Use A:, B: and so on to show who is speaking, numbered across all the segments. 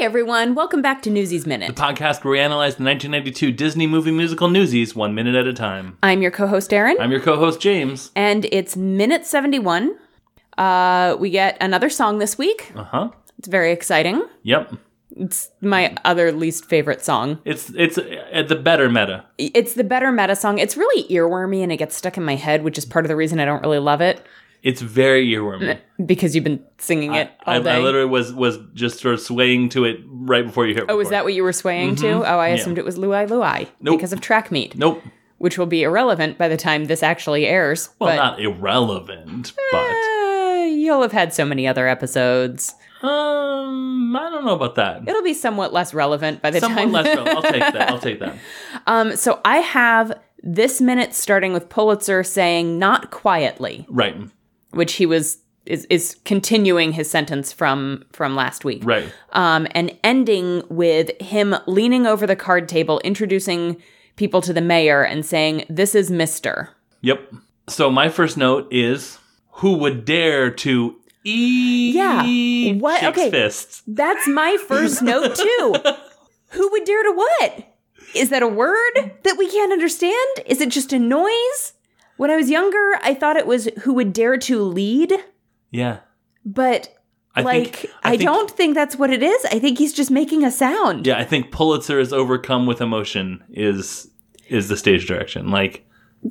A: everyone. Welcome back to Newsies
B: The
A: Minute.
B: podcast where we analyze the 1992 Disney movie musical Newsies one minute at a time.
A: I'm your co host, Erin,
B: I'm your co host, James.
A: and it's minute 71. Uh, we get another song this week.
B: Uh huh.
A: It's very exciting.
B: Yep.
A: It's my other least favorite song.
B: It's it's at the better meta.
A: It's the better meta song. It's really earwormy and it gets stuck in my head, which is part of the reason I don't really love it
B: It's very earwormy.
A: because you've been singing it
B: I,
A: all day.
B: I literally was was just sort of swaying to it right before you hit.
A: Oh, is that what you were swaying to? Oh, I assumed it was Luai Luai
B: Mm-hmm. Nope.
A: because of track meet,
B: Nope.
A: which will be irrelevant by the time this actually airs.
B: Well,
A: but
B: not irrelevant, but
A: Uh, you'll have had so many other episodes.
B: um, I don't know about that.
A: It'll be somewhat less relevant by the
B: Somewhat
A: time.
B: less. relevant. I'll take that. I'll take that.
A: um, so I have this minute starting with Pulitzer saying "not quietly,"
B: Right.
A: which he was is is continuing his sentence from from last week,
B: Right.
A: um, and ending with him leaning over the card table, introducing people to the mayor, and saying, "This is Mister."
B: Yep. So my first note is who would dare to eat
A: Yeah. What-
B: chicks
A: okay.
B: fists?
A: That's my first note too. Who would dare to what? Is that a word that we can't understand? Is it just a noise? When I was younger, I thought it was who would dare to lead,
B: Yeah.
A: but
B: I
A: like
B: think,
A: I,
B: think-
A: don't think that's what it is. I think he's just making a sound.
B: Yeah, I think Pulitzer is overcome with emotion is is the stage direction. Like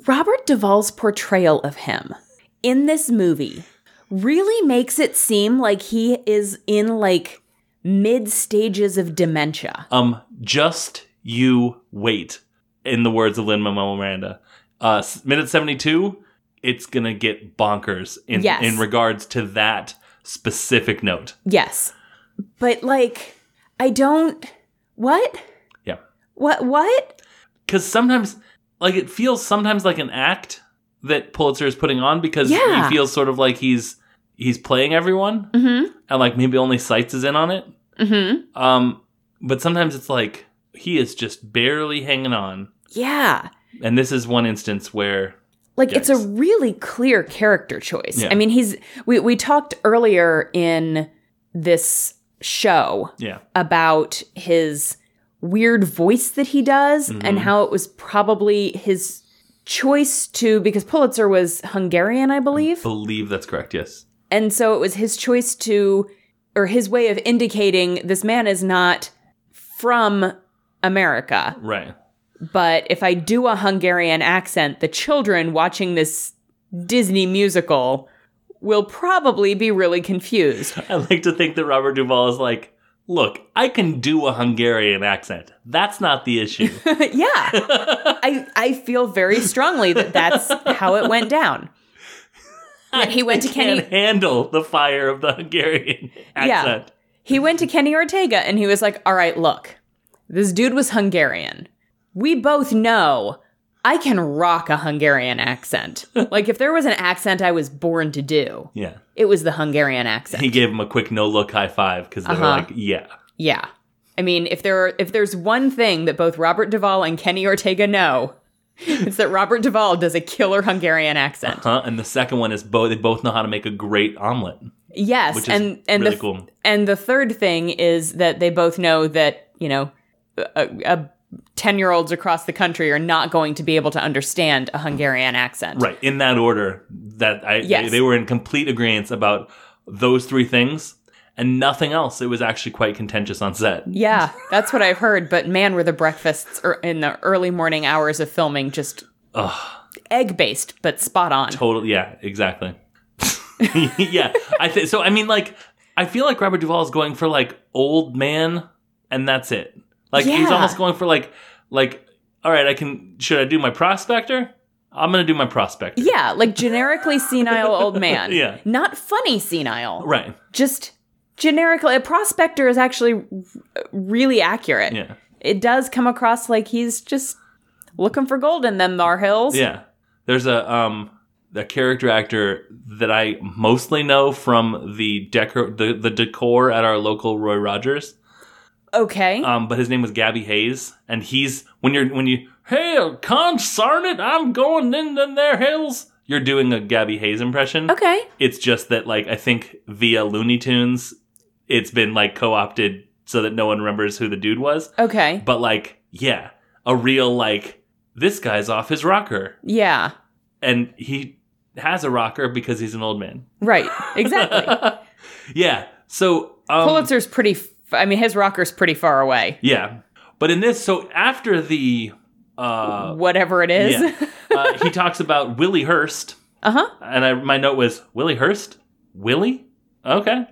A: Robert Duvall's portrayal of him in this movie really makes it seem like he is in like mid stages of dementia.
B: um just you wait in the words of Lin Manuel Miranda. Uh s- minute 72, it's going to get bonkers in
A: Yes.
B: in regards to that specific note.
A: Yes. But like I don't what?
B: Yeah.
A: What what?
B: because sometimes like it feels sometimes like an act that Pulitzer is putting on because
A: Yeah.
B: he feels sort of like he's he's playing everyone
A: Mhm.
B: and like maybe only Seitz is in on it.
A: Mhm.
B: Um, but sometimes it's like he is just barely hanging on,
A: Yeah.
B: and this is one instance where
A: Like it's a
B: Yikes.
A: really clear character choice.
B: Yeah.
A: I mean, he's we we talked earlier in this show
B: yeah
A: about his weird voice that he does
B: Mm-hmm.
A: and how it was probably his choice to because Pulitzer was Hungarian, I believe.
B: believe that's correct. Yes,
A: And so it was his choice to, or his way of indicating this man is not from America.
B: right.
A: But if I do a Hungarian accent, the children watching this Disney musical will probably be really confused.
B: I like to think that Robert Duvall is like, look, I can do a Hungarian accent. That's not the issue.
A: yeah. I, I feel very strongly that that's how it went down. That he went to Kenny
B: Can't handle the fire of the Hungarian accent.
A: He went to Kenny Ortega and he was like, All right, look, this dude was Hungarian. We both know I can rock a Hungarian accent. like, if there was an accent I was born to do,
B: Yeah.
A: it was the Hungarian accent.
B: He gave him a quick no look high five because they were
A: Uh-huh.
B: like, yeah.
A: yeah. I mean, if there are, if there's one thing that both Robert Duvall and Kenny Ortega know, it's that Robert Duvall does a killer Hungarian accent.
B: Huh? And the second one is both they both know how to make a great omelet.
A: Yes,
B: Which is
A: and and
B: really
A: the,
B: cool.
A: And the third thing is that they both know that you know, a, a ten-year-olds across the country are not going to be able to understand a Hungarian accent.
B: Right. In that order, that I
A: Yes.
B: they, they were in complete agreement about those three things and nothing else. It was actually quite contentious on set.
A: Yeah, that's what I've heard. But man, were the breakfasts er- in the early morning hours of filming just egg-based, but spot on.
B: Totally. Yeah, exactly. yeah. I think so I mean like I feel like Robert Duvall is going for like old man and that's it. Like he's
A: Yeah.
B: almost going for like like all right, I can should I do my prospector? I'm going to do my prospector.
A: Yeah, like generically senile old man.
B: Yeah.
A: not funny senile.
B: Right.
A: Just generically, a prospector is actually r- really accurate.
B: Yeah.
A: it does come across like he's just looking for gold in them thar hills.
B: Yeah. There's a um a character actor that I mostly know from the decor the, the decor at our local Roy Rogers.
A: Okay.
B: Um, but his name was Gabby Hayes, and he's when you're when you hell consarn it, I'm going in them there hills. You're doing a Gabby Hayes impression.
A: okay.
B: It's just that like I think via Looney Tunes, it's been like co-opted so that no one remembers who the dude was.
A: Okay.
B: But like, yeah, a real like this guy's off his rocker,
A: Yeah.
B: and he has a rocker because he's an old man.
A: Right. Exactly.
B: Um, yeah. So um,
A: Pulitzer's pretty. F- I mean, his rocker's pretty far away.
B: Yeah. But in this, so after the uh,
A: Whatever it is.
B: yeah, uh he talks about Willie Hurst,
A: uh huh.
B: and I my note was Willie Hurst, Willie. Okay,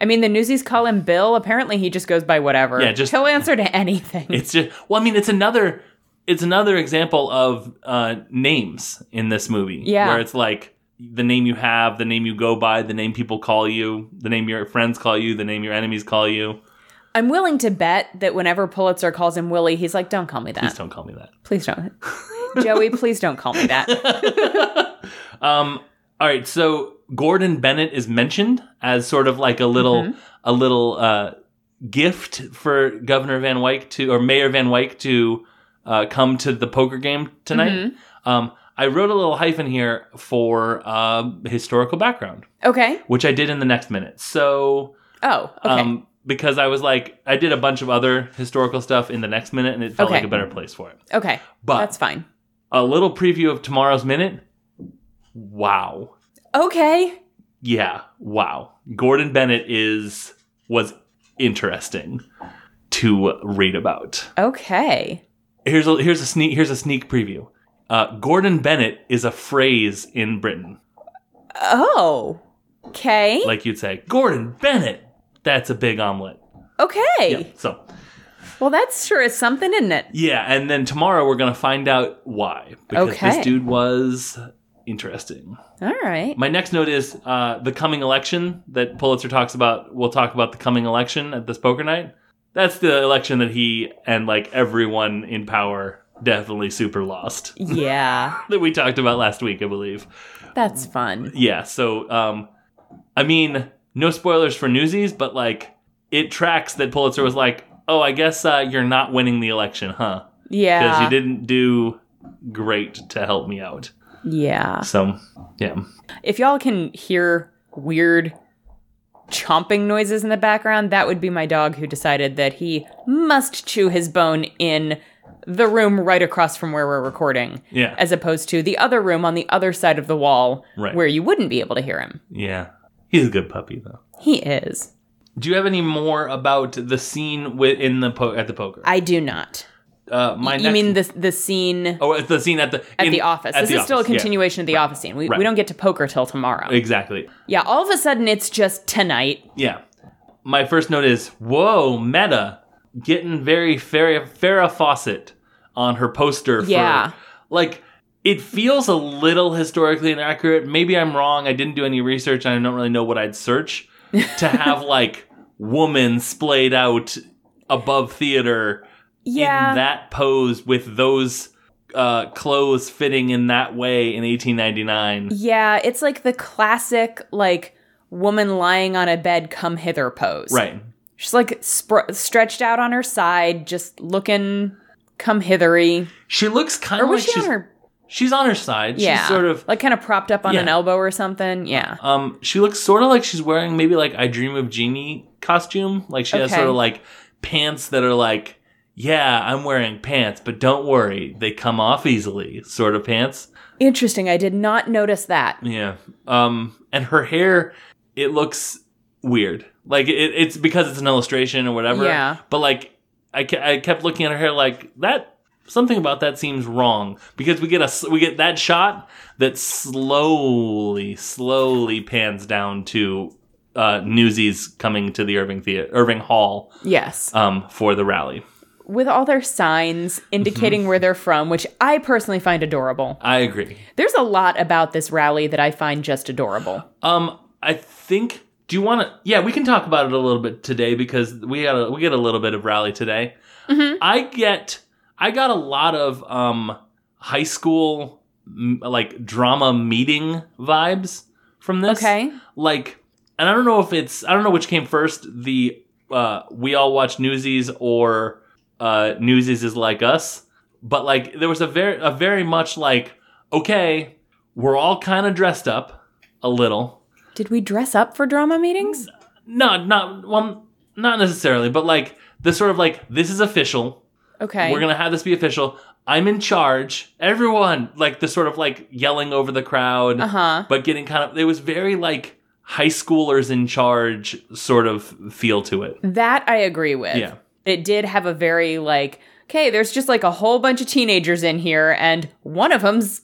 A: I mean, the newsies call him Bill. Apparently, he just goes by whatever.
B: Yeah, just-
A: he'll answer to anything.
B: it's just well, I mean, it's another it's another example of uh, names in this movie.
A: Yeah.
B: where it's like the name you have, the name you go by, the name people call you, the name your friends call you, the name your enemies call you.
A: I'm willing to bet that whenever Pulitzer calls him Willie, he's like, "Don't call me
B: Please
A: that.
B: don't call me that.
A: Please don't, Joey. Please don't call me that."
B: Um, all right, so Gordon Bennett is mentioned as sort of like a little
A: Mm-hmm.
B: a little uh, gift for Governor Van Wyck to or Mayor Van Wyck to uh, come to the poker game tonight.
A: Mm-hmm.
B: Um, I wrote a little hyphen here for uh, historical background,
A: Okay.
B: which I did in the next minute. So
A: Oh. Okay.
B: um, because I was like, I did a bunch of other historical stuff in the next minute, and it felt
A: Okay.
B: like a better place for it.
A: okay.
B: But
A: That's fine.
B: a little preview of tomorrow's minute. Wow.
A: Okay.
B: yeah wow gordon bennett is was interesting to read about
A: Okay.
B: here's a here's a sneak here's a sneak preview uh, gordon bennett is a phrase in britain
A: Oh. Okay.
B: like you'd say gordon bennett that's a big omelet
A: okay.
B: yeah so
A: Well, that's sure is something, isn't it?
B: yeah and then tomorrow we're gonna find out why because
A: Okay.
B: this dude was interesting
A: All right.
B: my next note is uh, the coming election that Pulitzer talks about. We'll talk about the coming election at this poker night. That's the election that he and like everyone in power definitely super lost
A: Yeah.
B: that we talked about last week, I believe.
A: That's fun.
B: Yeah. So, um, I mean, no spoilers for Newsies, but like it tracks that Pulitzer was like, "Oh, I guess uh, you're not winning the election, huh? Because
A: Yeah.
B: you didn't do great to help me out."
A: Yeah.
B: So, yeah.
A: If y'all can hear weird chomping noises in the background, that would be my dog who decided that he must chew his bone in the room right across from where we're recording,
B: Yeah.
A: as opposed to the other room on the other side of the wall
B: Right.
A: where you wouldn't be able to hear him.
B: Yeah. He's a good puppy though.
A: He is.
B: Do you have any more about the scene with in the po- at the poker?
A: I do not.
B: uh, my
A: you
B: next-
A: mean the the scene
B: oh at the scene at the
A: at
B: in-
A: the office?
B: at
A: This
B: the
A: is still a
B: office, yeah.
A: continuation of the office scene. We,
B: Right.
A: we don't get to poker till tomorrow.
B: Exactly.
A: yeah, all of a sudden it's just tonight.
B: Yeah. My first note is whoa meta getting very Farrah Farrah Fawcett on her poster. For,
A: Yeah.
B: Like it feels a little historically inaccurate. Maybe I'm wrong. I didn't do any research. and I don't really know what I'd search to have like woman splayed out above theater.
A: Yeah.
B: in that pose with those uh, clothes fitting in that way in 1899.
A: Yeah, it's like the classic like woman lying on a bed come hither pose.
B: Right.
A: She's like spr stretched out on her side just looking come hithery.
B: She looks kind
A: Or
B: of like
A: was she
B: she's,
A: on her
B: she's on her side.
A: yeah,
B: She's sort of
A: like kind of propped up on
B: Yeah.
A: an elbow or something. Yeah.
B: um she looks sort of like she's wearing maybe like I Dream of Jeannie costume. Like she has
A: Okay.
B: sort of like pants that are like yeah, I'm wearing pants, but don't worry, they come off easily sort of pants.
A: Interesting. I did not notice that.
B: Yeah. Um and her hair it looks weird. Like it, it's because it's an illustration or whatever.
A: Yeah.
B: But like I, ke- I kept looking at her hair like that something about that seems wrong because we get a s- we get that shot that slowly slowly pans down to uh, Newsies coming to the Irving Theater Irving Hall
A: Yes.
B: um, for the rally.
A: With all their signs indicating
B: Mm-hmm.
A: where they're from, which I personally find adorable.
B: I agree.
A: There's a lot about this rally that I find just adorable.
B: Um, I think. Do you want to? Yeah, we can talk about it a little bit today because we got a, we get a little bit of rally today. I get I got a lot of um high school m- like drama meeting vibes from this.
A: Okay.
B: Like, and I don't know if it's I don't know which came first. The uh, we all watch Newsies or uh, Newsies is like us, but like there was a very a very much like okay, we're all kind of dressed up a little
A: Did we dress up for drama meetings?
B: no, not well. Not necessarily, but like the sort of like this is official.
A: Okay.
B: We're gonna have this be official. I'm in charge. Everyone like the sort of like yelling over the crowd,
A: Uh huh.
B: but getting kind of it was very like high schoolers in charge sort of feel to it.
A: That I agree with.
B: Yeah.
A: It did have a very like, okay, there's just like a whole bunch of teenagers in here, and one of them's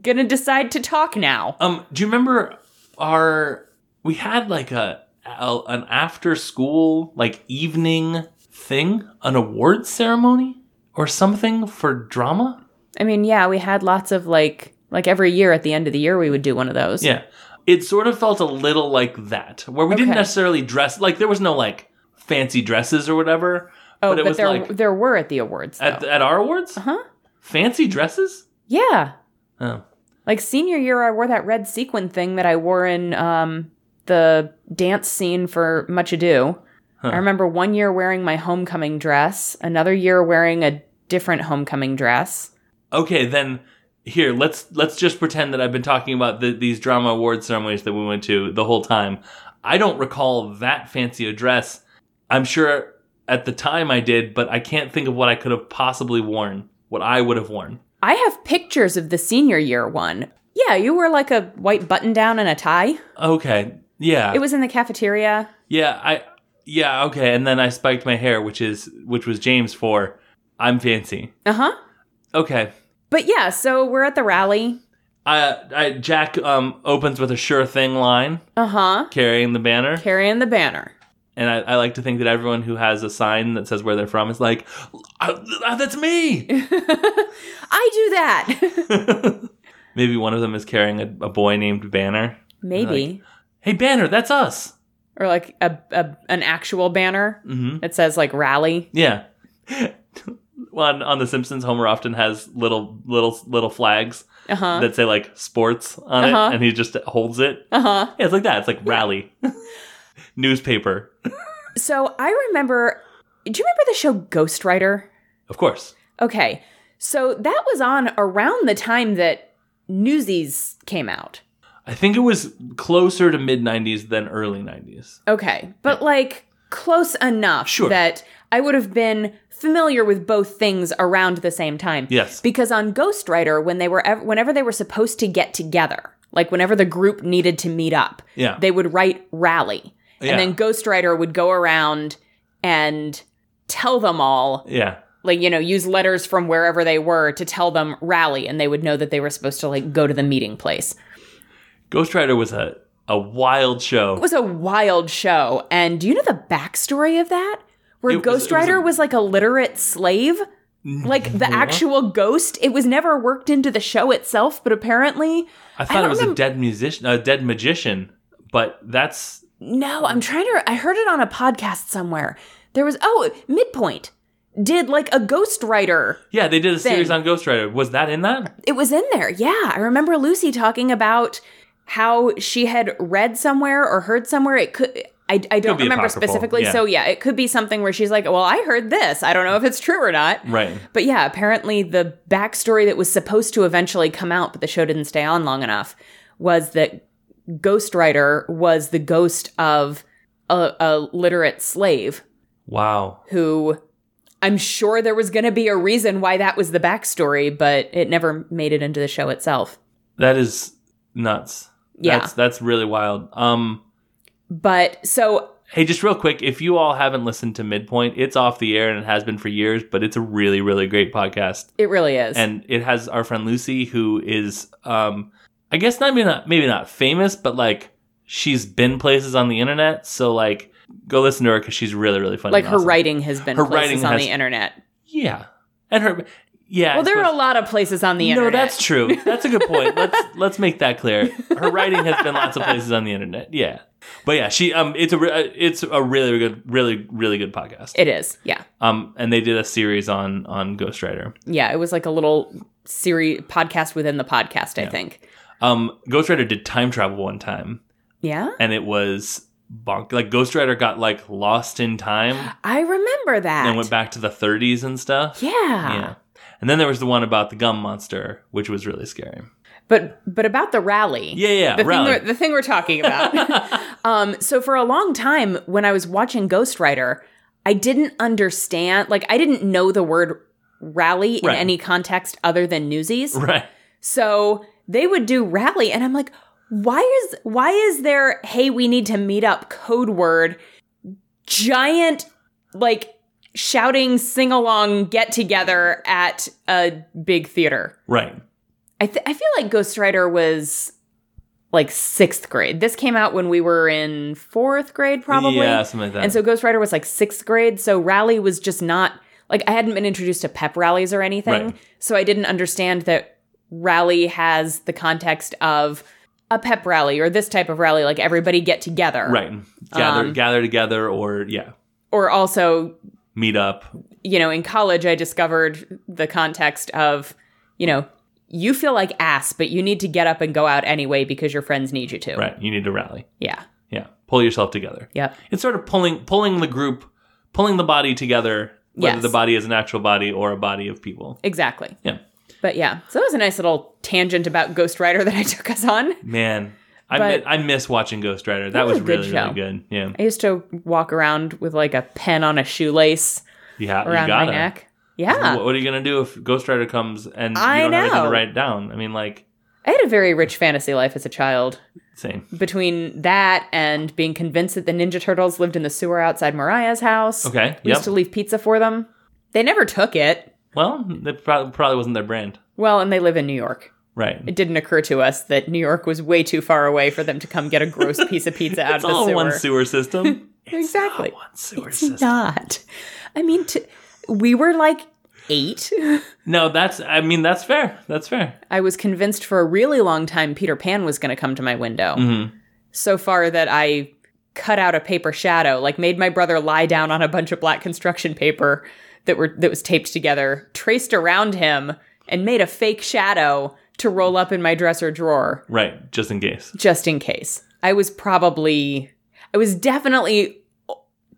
A: gonna decide to talk now.
B: Um, do you remember our we had like a, a an after school like evening thing, an awards ceremony or something for drama?
A: I mean, yeah, we had lots of like, like every year at the end of the year, we would do one of those.
B: Yeah. It sort of felt a little like that, where we didn't
A: Okay.
B: necessarily dress like there was no like fancy dresses or whatever.
A: Oh,
B: but
A: but,
B: it was
A: there
B: like
A: there were at the awards. Though.
B: at, at our awards,
A: Uh-huh.
B: fancy dresses.
A: yeah.
B: Oh,
A: Like senior year, I wore that red sequin thing that I wore in um, the dance scene for Much Ado.
B: Huh.
A: I remember one year wearing my homecoming dress, another year wearing a different homecoming dress.
B: okay. Then here, let's let's just pretend that I've been talking about the, these drama awards ceremonies that we went to the whole time. I don't recall that fancy a dress. I'm sure at the time I did, but I can't think of what I could have possibly worn. What I would have worn.
A: I have pictures of the senior year one. Yeah, you were like a white button down and a tie.
B: Okay. Yeah.
A: It was in the cafeteria.
B: Yeah, I yeah, okay. And then I spiked my hair, which is which was James for I'm fancy.
A: Uh huh.
B: Okay.
A: But yeah, so we're at the rally.
B: I, I Jack um opens with a sure thing line
A: Uh huh.
B: carrying the banner,
A: Carrying the banner.
B: and I, I like to think that everyone who has a sign that says where they're from is like, "Ah, that's me.
A: I do that.
B: Maybe one of them is carrying a, a boy named Banner.
A: Maybe.
B: Hey Banner, that's us.
A: or like a, a an actual banner
B: hmm
A: that says like rally.
B: Yeah. One on The Simpsons, Homer often has little little little flags
A: Uh huh.
B: that say like sports on
A: Uh-huh.
B: it, and he just holds it.
A: Uh huh.
B: Yeah, it's like that. It's like rally. Newspaper.
A: So I remember. Do you remember the show Ghostwriter?
B: Of course.
A: Okay. So that was on around the time that Newsies came out.
B: I think it was closer to mid 90s than early 90s.
A: Okay. But like close enough
B: Sure.
A: that I would have been familiar with both things around the same time.
B: Yes.
A: Because on Ghostwriter, when they were ev- whenever they were supposed to get together, like whenever the group needed to meet up,
B: Yeah.
A: they would write rally.
B: Yeah.
A: And then Ghostwriter would go around and tell them all,
B: yeah.
A: like, you know, use letters from wherever they were to tell them rally, and they would know that they were supposed to like go to the meeting place.
B: Ghost Rider was a, a wild show.
A: It was a wild show. And do you know the backstory of that? Where
B: It was-
A: Ghost
B: it was a-
A: Rider was, like a literate slave?
B: Mm.
A: Like the actual ghost, it was never worked into the show itself, but apparently,
B: I thought
A: don't
B: it was a
A: remem-
B: dead musician, a dead magician, but that's.
A: no, I'm trying to. I heard it on a podcast somewhere. There was, oh, Midpoint did like a Ghost Rider
B: Yeah, they did a series
A: Thing.
B: on Ghost Rider. Was that in that?
A: it was in there. Yeah. I remember Lucy talking about how she had read somewhere or heard somewhere. It could. I, I don't
B: be
A: remember
B: apocryphal,
A: specifically.
B: yeah.
A: So, yeah, it could be something where she's like, Well, I heard this. I don't know if it's true or not.
B: Right.
A: But yeah, apparently the backstory that was supposed to eventually come out, but the show didn't stay on long enough, was that Ghostwriter was the ghost of a, a literate slave
B: Wow.
A: who I'm sure there was going to be a reason why that was the backstory, but it never made it into the show itself.
B: That is nuts.
A: Yeah.
B: That's, that's really wild. Um,
A: But so
B: Hey, just real quick, if you all haven't listened to Midpoint, it's off the air and it has been for years, but it's a really, really great podcast.
A: it really is.
B: and it has our friend Lucy, who is, um, I guess not maybe not maybe not famous, but like she's been places on the internet. So like, go listen to her because she's really really funny.
A: like
B: and
A: her
B: awesome.
A: writing has been
B: Her
A: places
B: writing
A: on
B: has-
A: the internet.
B: yeah, and her, yeah.
A: Well,
B: I
A: there are a
B: suppose-
A: lot of places on the
B: no,
A: internet.
B: that's true. That's a good point. let's let's make that clear. Her writing has been lots of places on the internet. Yeah, but yeah, she um, it's a re- it's a really good, really really good podcast.
A: It is. Yeah.
B: Um, and they did a series on on Ghostwriter.
A: Yeah. It was like a little series podcast within the podcast, I think.
B: Um, Ghostwriter did time travel one time.
A: Yeah.
B: and it was bonk. Like Ghost Rider got like lost in time
A: I remember that.
B: and went back to the 30s and stuff.
A: Yeah.
B: And then there was the one about the gum monster, which was really scary.
A: But but about the rally.
B: Yeah, yeah,
A: the
B: rally.
A: Thing we're, the thing we're talking about. um, so for a long time, when I was watching Ghost Rider, I didn't understand. Like I didn't know the word rally in
B: Right.
A: any context other than Newsies.
B: Right.
A: So they would do rally, and I'm like, why is why is there hey we need to meet up code word giant like shouting sing along get together at a big theater?
B: Right.
A: I th- I feel like Ghost Rider was like sixth grade. This came out when we were in fourth grade, probably.
B: Yeah, something like that.
A: And so Ghost Rider was like sixth grade. So Rally was just not like I hadn't been introduced to pep rallies or anything.
B: Right.
A: So I didn't understand that Rally has the context of a pep rally or this type of rally, like everybody get together.
B: right. Gather
A: uh, Um,
B: gather together or yeah,
A: Or also,
B: meet up.
A: you know, in college, I discovered the context of, you know, you feel like ass, but you need to get up and go out anyway because your friends need you to.
B: Right. You need to rally.
A: Yeah.
B: Yeah. Pull yourself together.
A: Yep.
B: It's sort of pulling pulling the group, pulling the body together, whether
A: Yes.
B: the body is an actual body or a body of people.
A: Exactly.
B: Yeah.
A: But yeah, so that was a nice little tangent about Ghost Rider that I took us on.
B: Man, I
A: But-
B: mi- I miss watching Ghost Rider. That,
A: was a
B: was,
A: good
B: really
A: show.
B: really good. Yeah.
A: I used to walk around with like a pen on a shoelace
B: Yeah, you
A: around my
B: gotta.
A: neck. Yeah.
B: What, what are you gonna do if Ghost Rider comes and
A: I
B: you don't have anything
A: know.
B: to write down? I mean, like,
A: I had a very rich fantasy life as a child.
B: same.
A: Between that and being convinced that the Ninja Turtles lived in the sewer outside Mariah's house.
B: Okay.
A: We
B: Yep.
A: used to leave pizza for them. They never took it.
B: well, that pro- probably wasn't their brand,
A: Well, and they live in New York.
B: right?
A: It didn't occur to us that New York was way too far away for them to come get a gross piece of pizza out
B: It's
A: of the
B: all
A: sewer.
B: one sewer Oh, system. It's all
A: Exactly.
B: one sewer
A: It's
B: system.
A: not. I mean, t- we were like eight.
B: No, that's. I mean, that's fair. That's fair.
A: I was convinced for a really long time Peter Pan was going to come to my window. So far that I cut out a paper shadow, like made my brother lie down on a bunch of black construction paper that were that was taped together, traced around him, and made a fake shadow to roll up in my dresser drawer
B: Right. Just in case.
A: just in case. I was probably I was definitely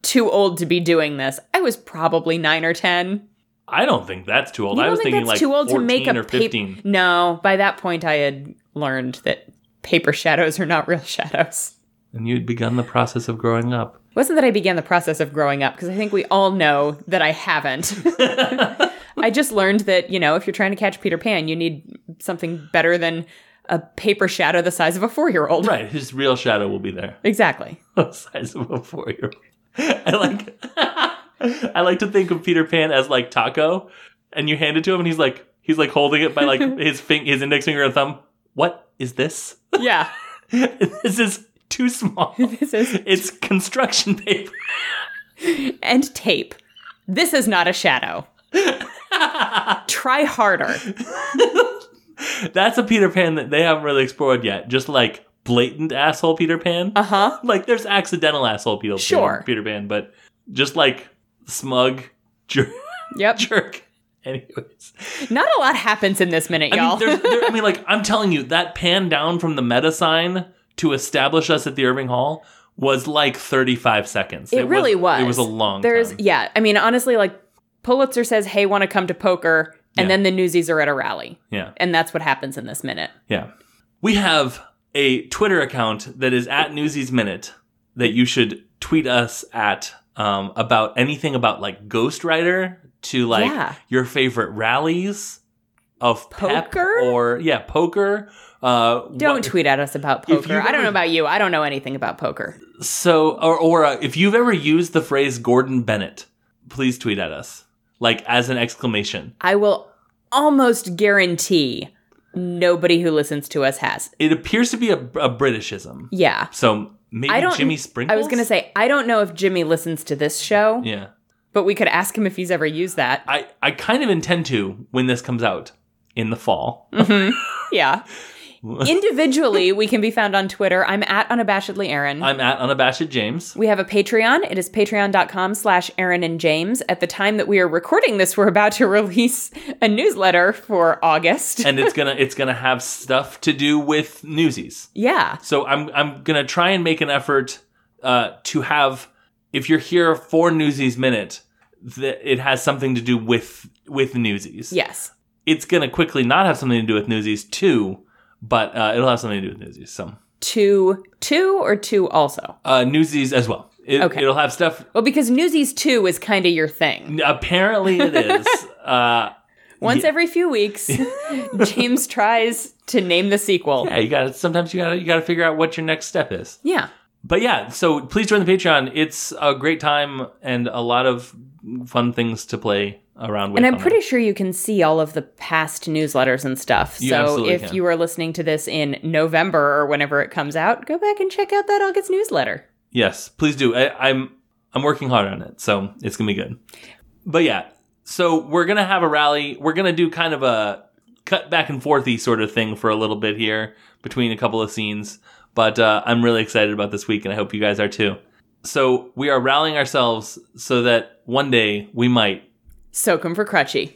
A: too old to be doing this. I was probably 9 or 10.
B: I don't think that's too old.
A: You
B: I
A: don't
B: was
A: think
B: thinking
A: that's
B: like
A: too old to
B: 14
A: make a
B: or
A: paper?
B: 15.
A: No, by that point I had learned that paper shadows are not real shadows.
B: and you'd begun the process of growing up.
A: It wasn't that I began the process of growing up because I think we all know that I haven't. I just learned that you know if you're trying to catch Peter Pan, you need something better than a paper shadow the size of a four year old.
B: Right. His real shadow will be there,
A: Exactly.
B: the size of a four-year-old. I like. I like to think of Peter Pan as like taco, and you hand it to him, and he's like he's like holding it by like his fing- his index finger and thumb. What is this?
A: Yeah.
B: this is too small.
A: This is
B: It's construction paper.
A: and tape. This is not a shadow. Try harder.
B: That's a Peter Pan that they haven't really explored yet. Just like blatant asshole Peter Pan.
A: Uh huh.
B: Like there's accidental asshole Peter
A: Sure.
B: Peter Pan, but just like smug jerk.
A: Yep.
B: jerk. Anyways,
A: Not a lot happens in this minute,
B: I
A: y'all.
B: mean, there's, there, I mean, like I'm telling you, that pan down from the meta sign to establish us at the Irving Hall was like 35 seconds.
A: It really was.
B: It was a long.
A: There's
B: time.
A: yeah. I mean, honestly, like Pulitzer says, "Hey, want to come to poker?" And
B: Yeah.
A: then the newsies are at a rally,
B: yeah.
A: and that's what happens in this minute.
B: Yeah. We have a Twitter account that is at Newsies Minute that you should tweet us at um, about anything about like Ghost Rider to like
A: Yeah.
B: your favorite rallies of pep
A: Poker?
B: or yeah, poker. Uh,
A: Don't
B: what-
A: tweet at us about
B: If
A: poker.
B: you've
A: I don't know
B: ever-
A: about you. I don't know anything about poker.
B: so or, or uh, if you've ever used the phrase Gordon Bennett, please tweet at us like as an exclamation.
A: I will almost guarantee nobody who listens to us has.
B: It appears to be a, a Britishism.
A: Yeah.
B: So maybe
A: I don't-
B: Jimmy Sprinkles.
A: I was going to say, I don't know if Jimmy listens to this show,
B: yeah.
A: but we could ask him if he's ever used that.
B: I, I kind of intend to when this comes out in the fall.
A: Mm-hmm. Yeah. Individually, we can be found on Twitter. I'm at unabashedly Aaron.
B: I'm at unabashed James.
A: We have a Patreon. It is patreon.com slash Aaron and James. At the time that we are recording this, we're about to release a newsletter for August.
B: And it's gonna it's gonna have stuff to do with newsies.
A: yeah.
B: So I'm I'm gonna try and make an effort uh, to have if you're here for Newsies Minute, that it has something to do with with newsies.
A: Yes.
B: It's gonna quickly not have something to do with newsies too, but uh, it'll have something to do with Newsies. Some
A: Two, two, or two also?
B: uh, Newsies as well. It,
A: Okay.
B: It'll have stuff.
A: Well, because Newsies two is kind of your thing.
B: Apparently, it is. uh,
A: Once every few weeks, James tries to name the sequel.
B: yeah, you got to sometimes you got to you got to figure out what your next step is.
A: Yeah.
B: But yeah, so please join the Patreon. It's a great time and a lot of fun things to play around with.
A: And I'm
B: on
A: pretty sure you can see all of the past newsletters and stuff.
B: You
A: so
B: absolutely
A: if
B: can.
A: you are listening to this in November or whenever it comes out, go back and check out that August newsletter.
B: Yes, please do. I, I'm I'm working hard on it, so it's gonna be good. But yeah, so we're gonna have a rally. We're gonna do kind of a cut back and forthy sort of thing for a little bit here between a couple of scenes. But uh, I'm really excited about this week, and I hope you guys are too. So we are rallying ourselves so that one day we might.
A: Soak 'em for Crutchy.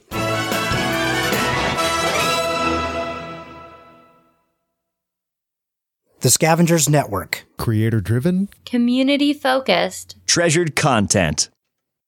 C: The Scavengers Network.
D: Creator driven?
E: Community focused.
F: Treasured content.